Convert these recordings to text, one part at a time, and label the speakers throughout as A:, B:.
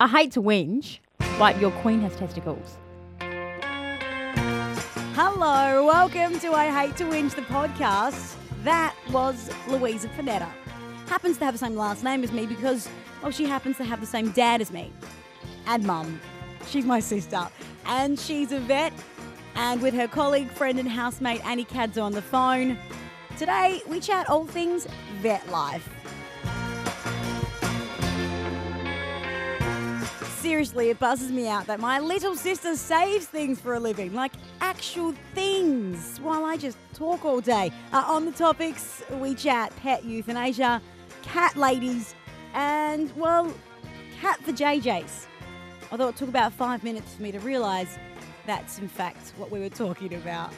A: I hate to whinge, but your queen has testicles.
B: Hello, welcome to I Hate to Whinge the podcast. That was Louisa Finetta. Happens to have the same last name as me because, well, she happens to have the same dad as me and mum. She's my sister and she's a vet. And with her colleague, friend, and housemate Annie Cadzo on the phone, today we chat all things vet life. Seriously, it buzzes me out that my little sister saves things for a living, like actual things, while I just talk all day. Uh, on the topics, we chat pet euthanasia, cat ladies, and, well, cat for JJs. Although it took about five minutes for me to realise that's in fact what we were talking about.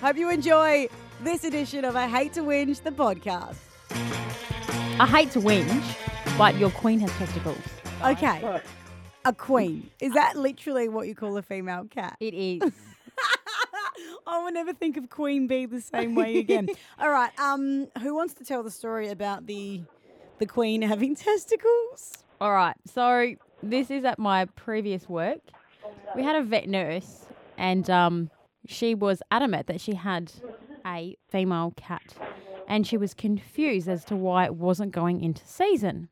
B: Hope you enjoy this edition of I Hate to Whinge, the podcast.
A: I hate to whinge, but your queen has testicles.
B: Okay. A queen. Is that literally what you call a female cat?
A: It is.
B: I will never think of Queen Bee the same way again. All right. Um, who wants to tell the story about the the Queen having testicles?
A: All right. So this is at my previous work. We had a vet nurse, and um, she was adamant that she had a female cat, and she was confused as to why it wasn't going into season.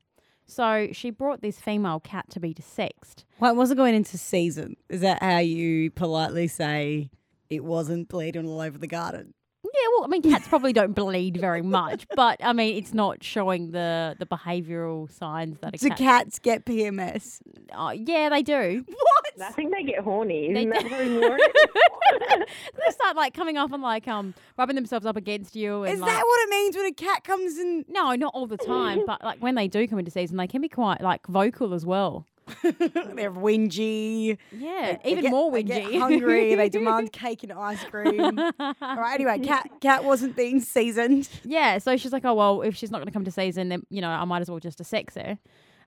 A: So she brought this female cat to be desexed.
B: Well, it wasn't going into season. Is that how you politely say it wasn't bleeding all over the garden?
A: Yeah, well, I mean, cats probably don't bleed very much, but I mean, it's not showing the the behavioural signs that a
B: Do
A: cat.
B: cats get PMS?
A: oh, yeah, they do.
B: What?
C: I think they get horny.
A: They
C: Isn't that
A: do.
C: how you learn it?
A: they start like coming off and like um rubbing themselves up against you. And,
B: Is
A: like-
B: that what it means when a cat comes in?
A: No, not all the time, but like when they do come into season, they can be quite like vocal as well.
B: They're whingy.
A: Yeah,
B: They
A: even
B: get-
A: more
B: they
A: whingy.
B: get hungry. They demand cake and ice cream. All right. Anyway, cat cat wasn't being seasoned.
A: Yeah, so she's like, oh well, if she's not going to come to season, then you know I might as well just sex her.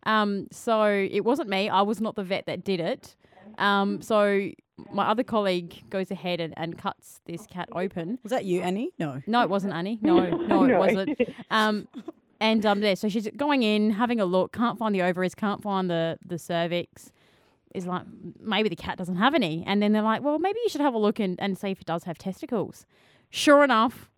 A: Um, so it wasn't me. I was not the vet that did it. Um, so my other colleague goes ahead and, and cuts this cat open.
B: Was that you, Annie? No.
A: No, it wasn't Annie. No, no, it
C: No.
A: wasn't. Um, and um, there, so she's going in, having a look, can't find the ovaries, can't find the the cervix. Is like maybe the cat doesn't have any, and then they're like, well, maybe you should have a look and, and see if it does have testicles. Sure enough,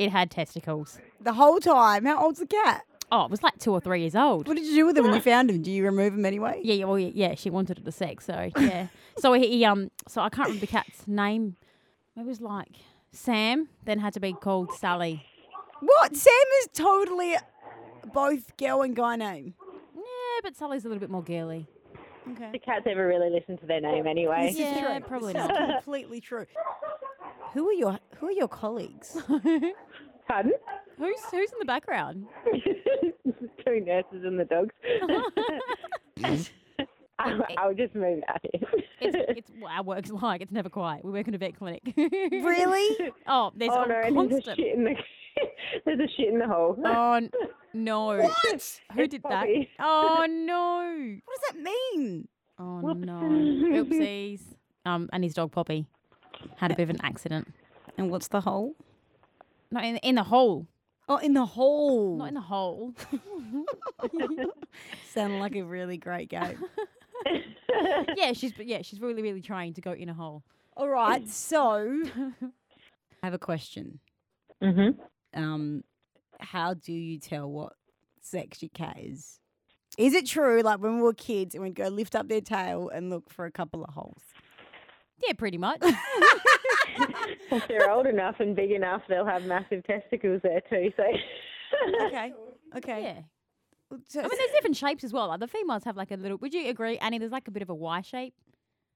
A: it had testicles.
B: The whole time. How old's the cat?
A: Oh, it was like two or three years old.
B: What did you do with him when you found him? Do you remove him anyway?
A: Yeah, yeah, well, yeah, yeah, she wanted it to sex, so yeah. so he, he, um, so I can't remember the cat's name. It was like Sam, then had to be called Sally.
B: What? Sam is totally both girl and guy name.
A: Yeah, but Sally's a little bit more girly.
B: Okay.
C: the cats ever really listen to their name anyway.
B: This
A: Yeah.
B: is true.
A: probably
B: this is
A: not.
B: completely true. Who are your Who are your colleagues?
C: Pardon?
A: Who's who's in the background?
C: Two nurses and the dogs. I'll, I'll just move out
A: It's,
C: here.
A: it's what our work's like. It's never quiet. We work in a vet clinic.
B: really?
A: Oh, there's
C: oh
A: a
C: no, and there's a
A: constant.
C: shit in the there's a shit in the hole.
A: Oh n- no!
B: What?
A: Who
C: It's
A: did
C: Bobby.
A: that? Oh no!
B: What does that mean?
A: Oh
C: Whoops.
A: no! Oopsies. Um, and his dog Poppy had a bit of an accident.
B: And what's the hole?
A: No, in, in the hole.
B: Oh, in the hole.
A: Not in the hole.
B: Sounded like a really great game.
A: yeah, she's yeah, she's really really trying to go in a hole.
B: All right, so I have a question.
C: Mm-hmm.
B: Um, how do you tell what sex your cat is? Is it true, like when we were kids and we'd go lift up their tail and look for a couple of holes?
A: Yeah, pretty much.
C: If they're old enough and big enough, they'll have massive testicles there too. So
B: Okay, okay.
A: yeah.
B: So-
A: I mean, there's different shapes as well. Like the females have like a little. Would you agree, Annie? There's like a bit of a Y shape.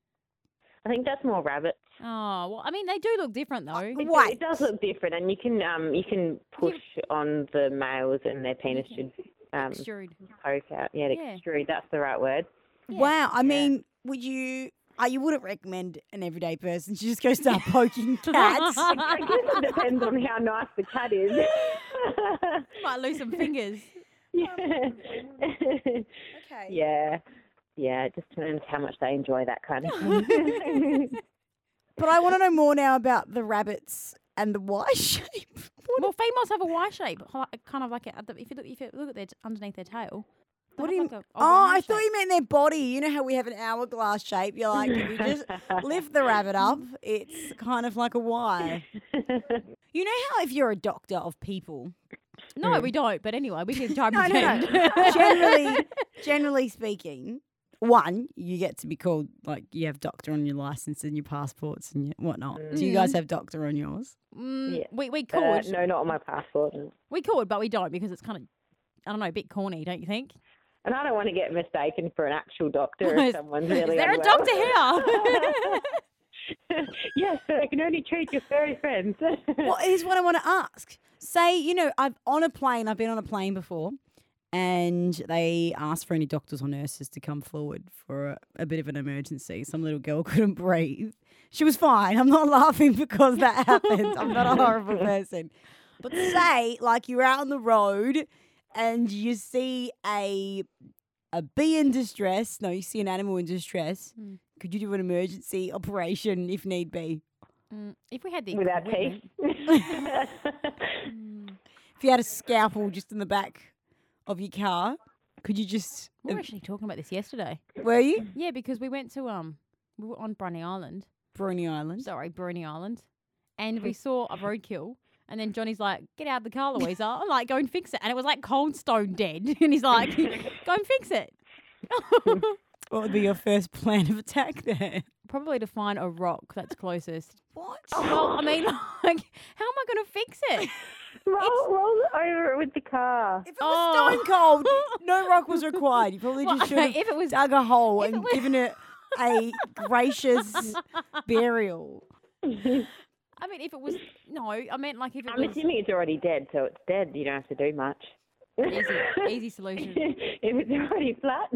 C: I think that's more rabbits.
A: Oh well, I mean, they do look different though.
C: It, do-
B: White.
C: it does look different, and you can um you can push on the males, and their penis should um
A: Extrude.
C: poke out. Yeah,
A: Yeah.
C: extrude. That's the right word.
A: Yeah.
B: wow, I mean, would you? Uh, you wouldn't recommend an everyday person to just go start poking cats.
C: I guess it depends on how nice the cat is.
A: Might lose some fingers.
C: yeah.
B: okay.
C: yeah, yeah. It just depends how much they enjoy that kind of thing.
B: But I want to know more now about the rabbits and the Y shape. What
A: Well, females have a Y shape, ho- kind of like it. at the- If you look, if you look at their t- underneath their tail,
B: What do
A: have
B: you?
A: like a
B: oh, I
A: oval
B: thought
A: shape.
B: you meant their body. You know how we have an hourglass shape. You're like, if you just lift the rabbit up, it's kind of like a Y.
C: Uh,
B: You know how if you're a doctor of people,
A: No, we don't. But anyway, we can try and
B: No, no,
A: pretend.
B: no. generally, generally speaking, one you get to be called like you have doctor on your license and your passports and your whatnot. Do you guys have doctor on yours?
A: Mm,
C: Yeah.
A: We we
C: Uh,
A: could,
C: no, not on my passport.
A: we could, but we don't because it's kind of, I don't know, a bit corny, don't you think?
C: And I don't want to get mistaken for an actual doctor
A: Is-
C: if someone's really
A: Is there a
C: unwell.
A: doctor here?
C: yes, but I can only treat your furry friends.
B: Well, here's what I want to ask. Say, you know, I've on a plane. I've been on a plane before, and they asked for any doctors or nurses to come forward for a, a bit of an emergency. Some little girl couldn't breathe. She was fine. I'm not laughing because that happened. I'm not a horrible person. But say, like, you're out on the road and you see a a bee in distress. No, you see an animal in distress.
A: Mm.
B: Could you do an emergency operation if need be?
A: Mm, if we had the
C: Without teeth.
A: equipment- Mm,
B: if you had a scalpel just in the back of your car, could you just? uh,
A: we were actually talking about this yesterday.
B: Were you
A: Yeah, because we went to um, we were on Brunny Island.
B: Bruny Island?
A: Sorry, Brunny Island, and
B: Mm-hmm.
A: we saw a roadkill. And then Johnny's like, "Get out of the car, Louisa!" I'm like, "Go and fix it." And it was like cold stone dead. And he's like, "Go and fix it."
B: What would be your first plan of attack there?
A: Probably to find a rock that's closest.
B: What?
A: Well, I mean, like, how am I going to fix it?
C: roll, roll it over with the car.
B: If it was
A: Oh.
B: stone cold, no rock was required. You probably
A: Well,
B: just should have
A: if it was
B: dug a hole
A: if it
B: and
A: was-
B: given it a gracious burial.
A: I mean, if it was no, I meant like if it
C: I'm
A: was
C: assuming it's already dead, so it's dead. You don't have to do much.
A: easy, easy solution.
C: if it's already flat.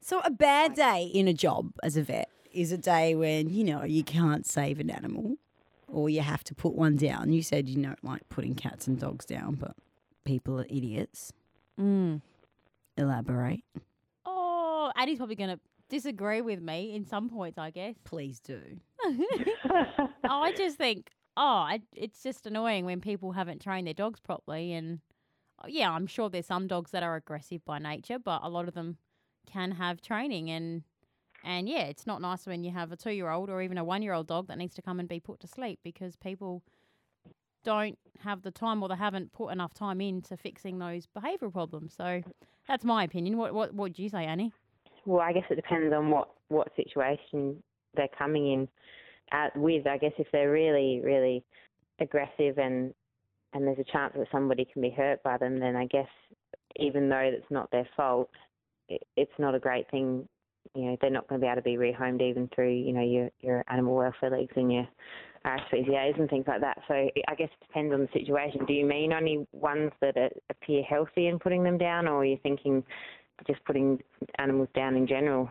B: So a bad day in a job as a vet is a day when you know you can't save an animal, or you have to put one down. You said you don't like putting cats and dogs down, but people are idiots.
A: Mm.
B: Elaborate,
A: Oh, Addie's probably going to disagree with me in some points, I guess.
B: please do.
A: I just think, oh, I, it's just annoying when people haven't trained their dogs properly. And oh, yeah, I'm sure there's some dogs that are aggressive by nature, but a lot of them can have training. And and yeah, it's not nice when you have a two year old or even a one year old dog that needs to come and be put to sleep because people don't have the time or they haven't put enough time into fixing those behavioural problems. So that's my opinion. What what what do you say, Annie?
C: well, I guess it depends on what what situation they're coming in at with. I guess if they're really, really aggressive and and there's a chance that somebody can be hurt by them, then I guess even though it's not their fault, it, it's not a great thing. You know, they're not going to be able to be rehomed even through you know your your animal welfare leagues and your RSPCA's and things like that. So it- I guess it depends on the situation. Do you mean only ones that are, appear healthy and putting them down, or are you thinking just putting animals down in general?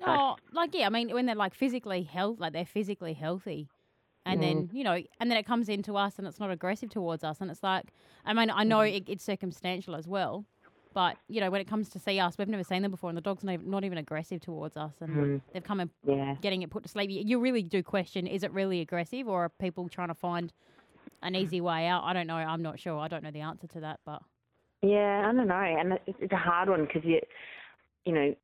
C: Like-
A: Oh, like yeah, I mean when they're like physically health, like they're physically healthy, and
C: Mm.
A: then you know, and then it comes into us, and it's not aggressive towards us, and it's like, I mean, I
C: Mm-hmm.
A: know it, it's circumstantial as well, but you know, when it comes to see us, we've never seen them before, and the dog's not even, not even aggressive towards us, and
C: Mm-hmm.
A: they've come and
C: Yeah.
A: getting it put to sleep. You, you really do question: is it really aggressive, or are people trying to find an easy way out? I don't know. I'm not sure. I don't know the answer to that, but
C: Yeah, I don't know, and it- it's a hard one because you, you know,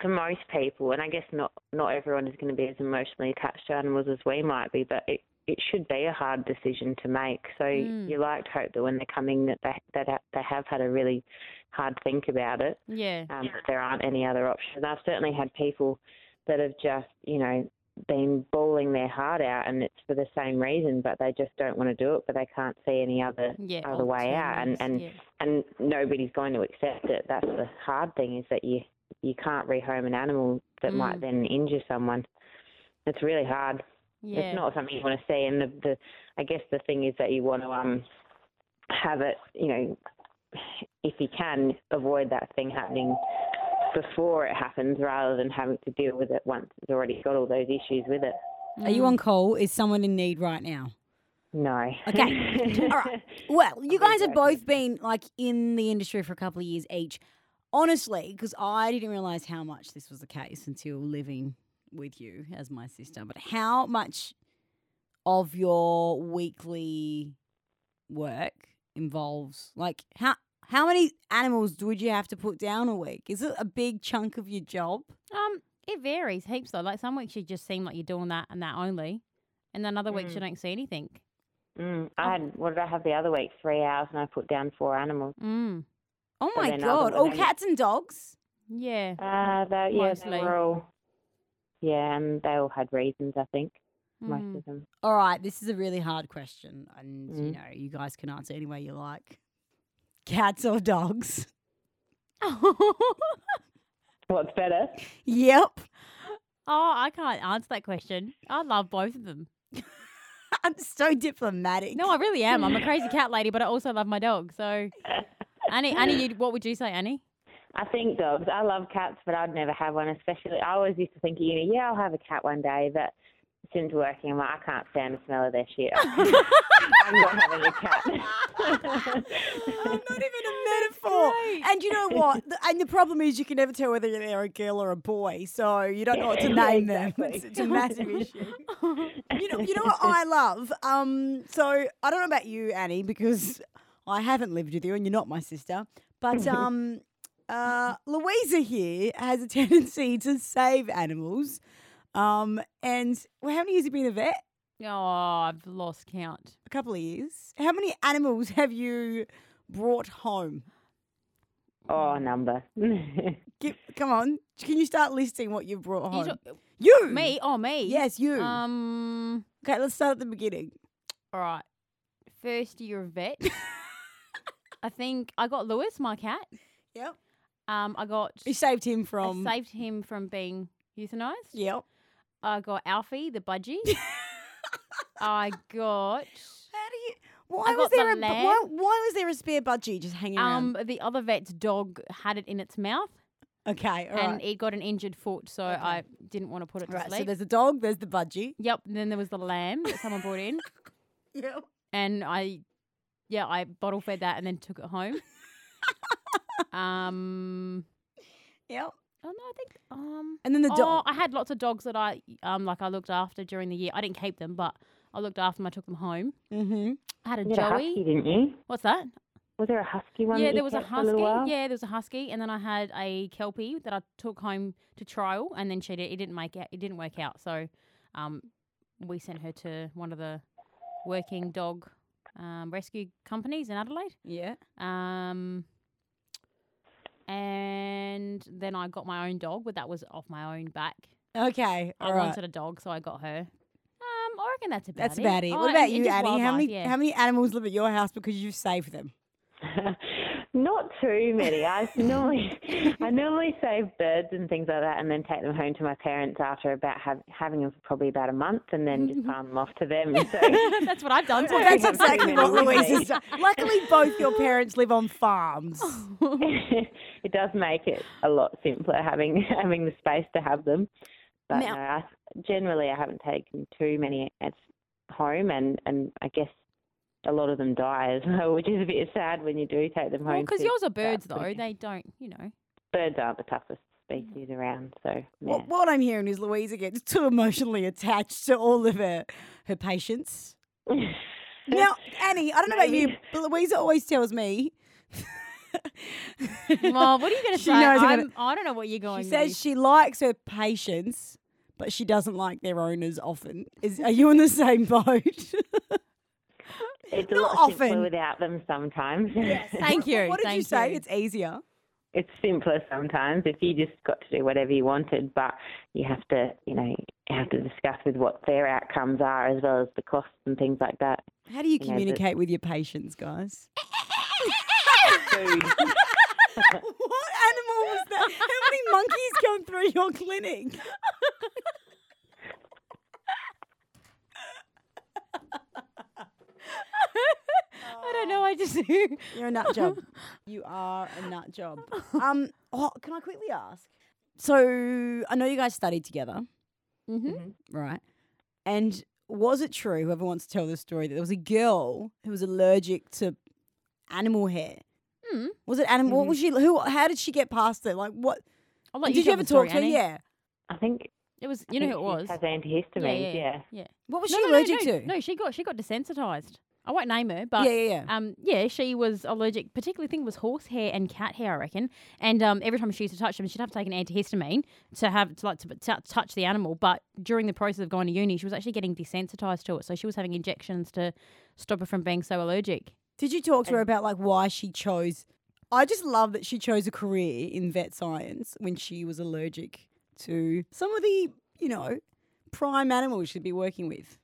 C: for most people, and I guess not not everyone is going to be as emotionally attached to animals as we might be, but it it should be a hard decision to make. So
A: Mm.
C: you like to hope that when they're coming that they that ha- they have had a really hard think about it,
A: yeah,
C: um, that there aren't any other options. I've certainly had people that have just you know been bawling their heart out, and it's for the same reason, but they just don't want to do it, but they can't see any other
A: yeah,
C: other way out, and and
A: alternatives,
C: and nobody's going to accept it. That's the hard thing is that you you can't rehome an animal that
A: Mm.
C: might then injure someone. It's really hard.
A: yeah, yeah.
C: It's not something you want to see. And the, the I guess the thing is that you want to um have it. You know, if you can avoid that thing happening before it happens, rather than having to deal with it once it's already got all those issues with it.
A: Mm.
B: Are you on call? Is someone in need right now?
C: No.
B: Okay. All right. Well, you guys have both been like in the industry for a couple of years each. Honestly, because I didn't realize how much this was the case until living with you as my sister, but how much of your weekly work involves like how How many animals would you have to put down a week? Is it a big chunk of your job?
A: Um, it varies heaps though. Like some weeks you just seem like you're doing that and that only, and then other weeks you don't see anything.
B: Oh.
C: Mm. I had what did I have the other week? Three hours, and I put down four animals.
A: Mm.
B: Oh
C: So
B: my
C: then other
B: god! All
C: than-
B: cats and dogs.
A: Yeah.
C: Uh, they, yeah, they
A: Mostly.
C: were all. Yeah, and they all had reasons. I think most
B: Hmm.
A: Mm.
C: of them.
B: All right, this is a really hard question, and you
C: Mm.
B: know you guys can answer any way you like. Cats or dogs?
A: oh,
C: What's better?
B: yep.
A: I can't answer that question. I love both of them.
B: I'm so diplomatic.
A: No, I really am. I'm a crazy cat lady, but I also love my dog. So, Annie, Annie, you, what would you say, Annie?
C: I think dogs. I love cats, but I'd never have one. Especially, I always used to think, you know, yeah, I'll have a cat one day, but since working, I'm like, I can't stand the smell of their shit. I'm not having a cat.
B: Oh, not even a metaphor. And you know what? The- And the problem is you can never tell whether they're a girl or a boy, so you don't know what to
C: Yeah,
B: name them.
C: exactly.
B: It's, it's a massive issue. You know, you know what I love. Um, so I don't know about you, Annie, because I haven't lived with you, and you're not my sister. But um, uh, Louisa here has a tendency to save animals. Um, and well, how many years have you been a vet?
A: Oh, I've lost count.
B: A couple of years. How many animals have you brought home?
C: oh, number. yeah,
B: Give, come on, can you start listing what you've brought
A: You
B: home? You,
A: talk- me? Oh, me?
B: Yes, you.
A: Um.
B: okay, let's start at the beginning.
A: All right. First year of vet. I think I got Lewis, my cat.
B: Yep.
A: Um, I got.
B: You saved him from.
A: I saved him from being euthanized.
B: yep.
A: I got Alfie, the budgie. I
B: How
A: got
B: do you? Why was
A: I got the
B: there a bu- why,
A: lamb.
B: why was there a spare budgie just hanging
A: um
B: around?
A: the other vet's dog had it in its mouth
B: Okay, all
A: and
B: right,
A: it got an injured foot, so
B: Okay.
A: I didn't want to put it
B: all
A: to
B: right. So
A: sleep.
B: there's the dog. There's the budgie.
A: yep. And then there was the lamb that someone brought in,
B: Yep.
A: and I, yeah, I bottle fed that and then took it home. um.
B: Yep.
A: Oh no, I think um.
B: And then the
A: oh,
B: dog.
A: I had lots of dogs that I um like I looked after during the year. I didn't keep them, but I looked after them. I took them home.
B: Mm-hmm.
A: I had a
C: a husky,
A: Joey.
C: didn't you?
A: What's that?
C: Was there a husky one?
A: yeah,
C: that you
A: there was a
C: kept for little
A: husky.
C: while?
A: Yeah, there was a husky, and then I had a kelpie that I took home to trial, and then she did. It didn't make it. It didn't work out. So, um, we sent her to one of the working dog um, rescue companies in Adelaide.
B: Yeah.
A: Um, and then I got my own dog, but that was off my own back.
B: Okay. All
A: I
B: right.
A: wanted a dog, so I got her. Um, I reckon that's about
B: That's
A: it.
B: about it.
A: Oh,
B: What
A: and-
B: about
A: and
B: you,
A: just
B: Annie? How
A: wildlife,
B: many
A: yeah.
B: how many animals live at your house because you've saved them?
C: Not too many. I normally, I normally save birds and things like that, and then take them home to my parents after about have, having them for probably about a month, and then just palm them off to them. So
A: that's what I've done. So
C: Well,
B: That's
C: Yeah, pretty
B: exactly
C: many
B: what
C: would
B: Louise
C: be.
B: has done. Luckily, both your parents live on farms.
C: it does make it a lot simpler having having the space to have them. But
A: Now-
C: no, I, generally, I haven't taken too many at home, and and I guess a lot of them die as well, which is a bit sad when you do take them home.
A: Well, because
C: to-
A: yours are
C: but
A: birds, though.
C: pretty-
A: They don't, you know.
C: birds aren't the toughest species around, so yeah.
B: What, what I'm hearing is Louisa gets too emotionally attached to all of her her patients. Now, Annie, I don't know about you,
C: Maybe.
B: but Louisa always tells me.
A: Well, what are you going to
B: She
A: say?
B: knows I'm
A: I'm, I don't know what you're going
B: she
A: to
B: says she likes her patients, but she doesn't like their owners often. Is are you in the same boat?
C: It's a
B: Not
C: lot
B: often.
C: simpler without them sometimes.
A: Thank you.
B: what did
A: thank
B: you say?
A: you.
B: It's easier.
C: it's simpler sometimes if you just got to do whatever you wanted, but you have to, you know, you have to discuss with what their outcomes are as well as the costs and things like that.
B: How do you
C: Yeah, but-
B: communicate with your patients, guys?
C: Food.
B: what animal was that? How many monkeys come through your clinic?
A: I don't know. I just. yeah,
B: You're a nut job. you are a nut job. Um, oh, can I quickly ask? So I know you guys studied together,
A: Mhm.
B: right? And was it true? Whoever wants to tell the story, that there was a girl who was allergic to animal hair.
A: Mm.
B: Was it animal? What was she? Who? How did she get past it? Like what?
A: I'll let
B: did you
A: tell
B: ever
A: the story,
B: talk to her?
A: Annie.
B: Yeah.
C: I think
A: It was. You know who it was.
C: Has antihistamines, yeah.
A: yeah.
B: What was
A: No,
B: she
A: no, no,
B: allergic
A: no,
B: to?
A: No, she got she got desensitized. I won't name her, but
B: yeah, yeah, yeah.
A: um, yeah, she was allergic. Particularly thing was horse hair and cat hair, I reckon. And um, every time she used to touch them, she'd have to take an antihistamine to have to like to, to touch the animal. But during the process of going to uni, she was actually getting desensitized to it, so she was having injections to stop her from being so allergic.
B: Did you talk to her about like why she chose? I just love that she chose a career in vet science when she was allergic to some of the, you know, prime animals she'd be working with.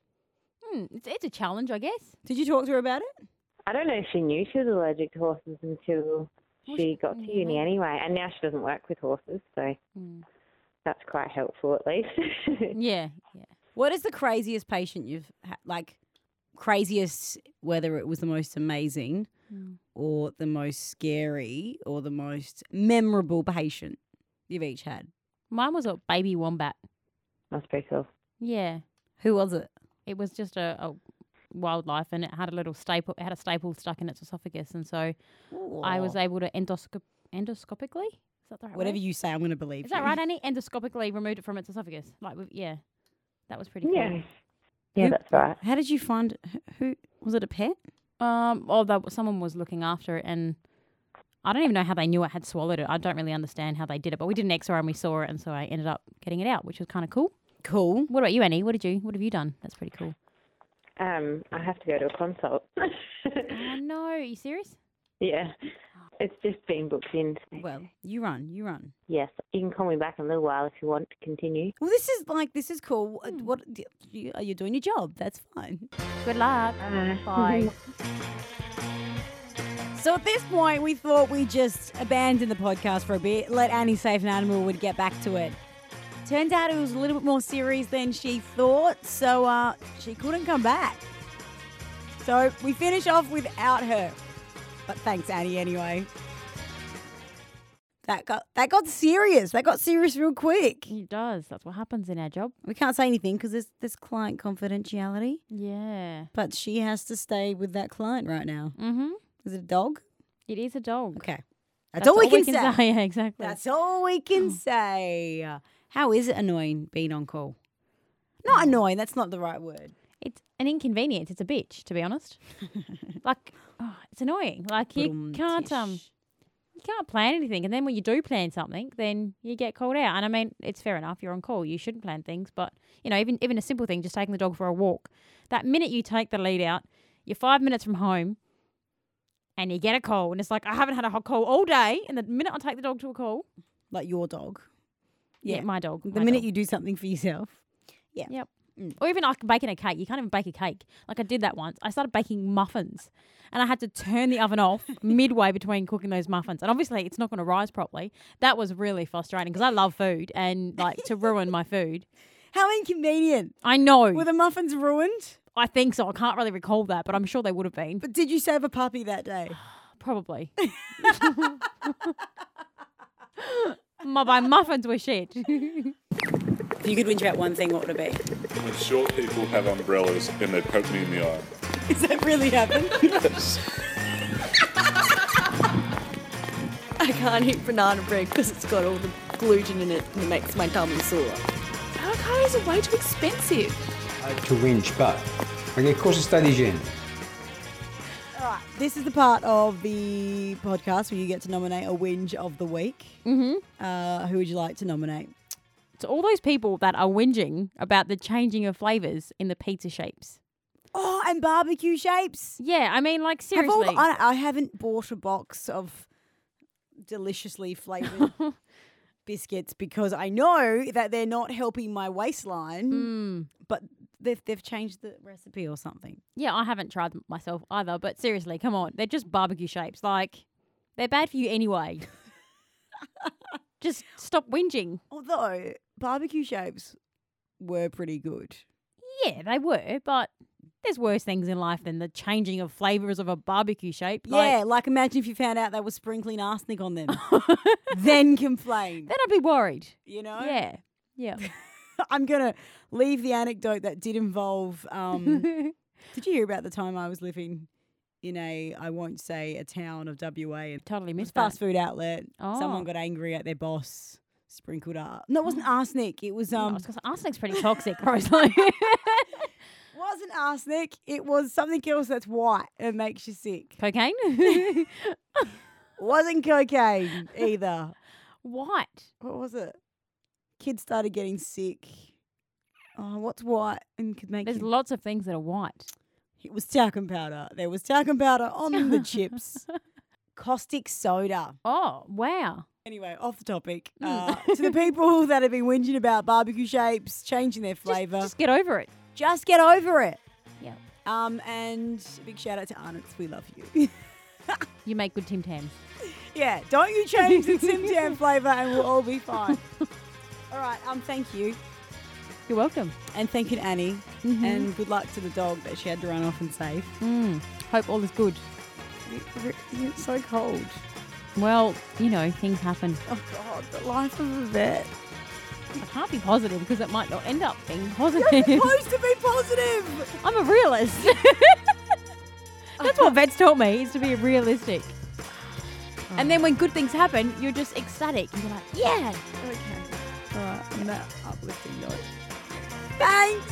A: Hmm, it's, it's a challenge, I guess.
B: Did you talk to her about it?
C: I don't know if she knew she was allergic to horses until she got to uni anyway, and now she doesn't work with horses, so that's quite helpful at least.
A: Yeah, yeah.
B: What is the craziest patient you've had? Like, craziest, whether it was the most amazing or the most scary or the most memorable patient you've each had?
A: Mine was a baby wombat.
C: That's pretty cool.
A: Yeah,
B: Who was it?
A: it was just a, a wildlife, and it had a little staple. It had a staple stuck in its esophagus, and so I was able to endoscop- endoscopically. Is that the right
B: Whatever
A: word?
B: you say, I'm going to believe.
A: Is that
B: you.
A: right, Annie? Endoscopically removed it from its esophagus. Like, with, yeah, that was pretty cool.
C: Yeah. Yeah,
B: Who-
C: that's right.
B: How did you find? Who was it? A pet?
A: Um, oh, that someone was looking after it, and I don't even know how they knew it had swallowed it. I don't really understand how they did it, but we did an X-ray and we saw it, and so I ended up getting it out, which was kind of cool.
B: Cool.
A: What about you, Annie? What did you? What have you done? That's pretty cool.
C: Um, I have to go to a consult.
A: Oh no, are you serious?
C: yeah. It's just been booked in.
B: Well, you run. You run.
C: Yes, you can call me back in a little while if you want to continue.
B: Well, this is like this is cool. What- What d- you, are you doing your job? That's fine.
A: Good luck.
B: Uh,
C: Bye.
A: Bye.
B: So at this point, we thought we just abandoned the podcast for a bit. Let Annie save an animal. Would get back to it. Turns out it was a little bit more serious than she thought, so uh, she couldn't come back. So we finish off without her. But thanks, Annie, anyway. That got that got serious. That got serious real quick.
A: It does. That's what happens in our job.
B: We can't say anything because there's there's client confidentiality.
A: Yeah.
B: But she has to stay with that client right now.
A: Mhm.
B: Is it a dog?
A: It is a dog.
B: Okay. That's, all, we can, say.
A: Yeah, exactly.
B: That's all we
A: Oh.
B: can say. How is it annoying being on call?
A: Mm.
B: Not annoying, that's not the right word.
A: it's an inconvenience. It's a bitch, to be honest. like, oh, it's annoying. Like you can't um,
B: Brumtish.
A: you can't plan anything, and then when you do plan something, then you get called out. And I mean, it's fair enough. You're on call. You shouldn't plan things, but you know, even even a simple thing, just taking the dog for a walk. That minute you take the lead out, you're five minutes from home. And you get a call, and it's like I haven't had a hot call all day. And the minute I take the dog to a call,
B: Like your dog.
A: yeah,
B: Yeah.
A: my dog.
B: The minute you do something for yourself.
A: Yep. Or even like baking a cake. You can't even bake a cake. Like I did that once. I started baking muffins and I had to turn the oven off midway between cooking those muffins. And obviously it's not going to rise properly. That was really frustrating because I love food and like to ruin my food.
B: How inconvenient.
A: I know.
B: Were the muffins ruined?
A: I think so. I can't really recall that, but I'm sure they would have been.
B: But did you save a puppy that day?
A: Probably. my, my muffins were shit.
B: If you could whinge about one thing, what would it be?
D: When short people have umbrellas and they poke me in the eye.
B: Is that really happened?
E: I can't eat banana bread because it's got all the gluten in it and it makes my tummy sore. Avocados are way too expensive.
F: like to whinge, but okay, course studies in.
B: This is the part of the podcast where you get to nominate a whinge of the week. Mm-hmm. Uh, who would you like to nominate?
A: to all those people that are whinging about the changing of flavours in the pizza shapes.
B: Oh, and barbecue shapes.
A: Yeah, I mean, like
B: Have
A: seriously.
B: all the- I, I haven't bought a box of deliciously flavored biscuits because I know that they're not helping my waistline, but they've, they've changed the recipe or something.
A: Yeah, I haven't tried them myself either, but seriously, come on. They're just barbecue shapes. Like, they're bad for you anyway. just stop whinging.
B: Although barbecue shapes were pretty good.
A: Yeah, they were, but there's worse things in life than the changing of flavours of a barbecue shape.
B: yeah, like imagine if you found out they were sprinkling arsenic on them, then complain.
A: Then I'd be worried.
B: You know?
A: Yeah. Yeah.
B: I'm gonna leave the anecdote that did involve. Um, did you hear about the time I was living in a I won't say a town of WA and
A: totally
B: it was
A: missed that.
B: fast food outlet. Someone
A: Oh.
B: got angry at their boss, sprinkled art. No, it wasn't arsenic. It was
A: I
B: um.
A: was gonna say, arsenic's pretty toxic, Rosalie.
B: wasn't arsenic. It was something else that's white and makes you sick.
A: Cocaine?
B: Wasn't cocaine either.
A: White.
B: What was it? Kids started getting sick. Oh, what's white and could make
A: There's
B: you
A: lots of things that are white.
B: It was talcum powder. There was talcum powder on the chips. Caustic soda.
A: Oh, wow.
B: Anyway, off the topic.
A: Mm.
B: Uh, to the people that have been whinging about barbecue shapes changing their
A: Just-
B: flavour,
A: Just
B: just,
A: get over it.
B: get over it.
A: Yeah.
B: Um, and a big shout out to Arnott's. We love you.
A: You make good Tim Tams.
B: yeah, don't you change the Tim Tam flavour and we'll all be fine. all right. Um, thank you.
A: You're welcome.
B: And thank you to Annie. And good luck to the dog that she had to run off and save.
A: Mm. Hope all is good.
B: It's so cold.
A: Well, you know, things happen.
B: Oh, God, the life of a vet.
A: I can't be positive because it might not end up being positive.
B: supposed to be positive.
A: I'm a realist. That's what vets taught me, is to be realistic. And then when good things happen, you're just ecstatic. You're like, yeah,
B: Okay. All right. On that uplifting note. Thanks.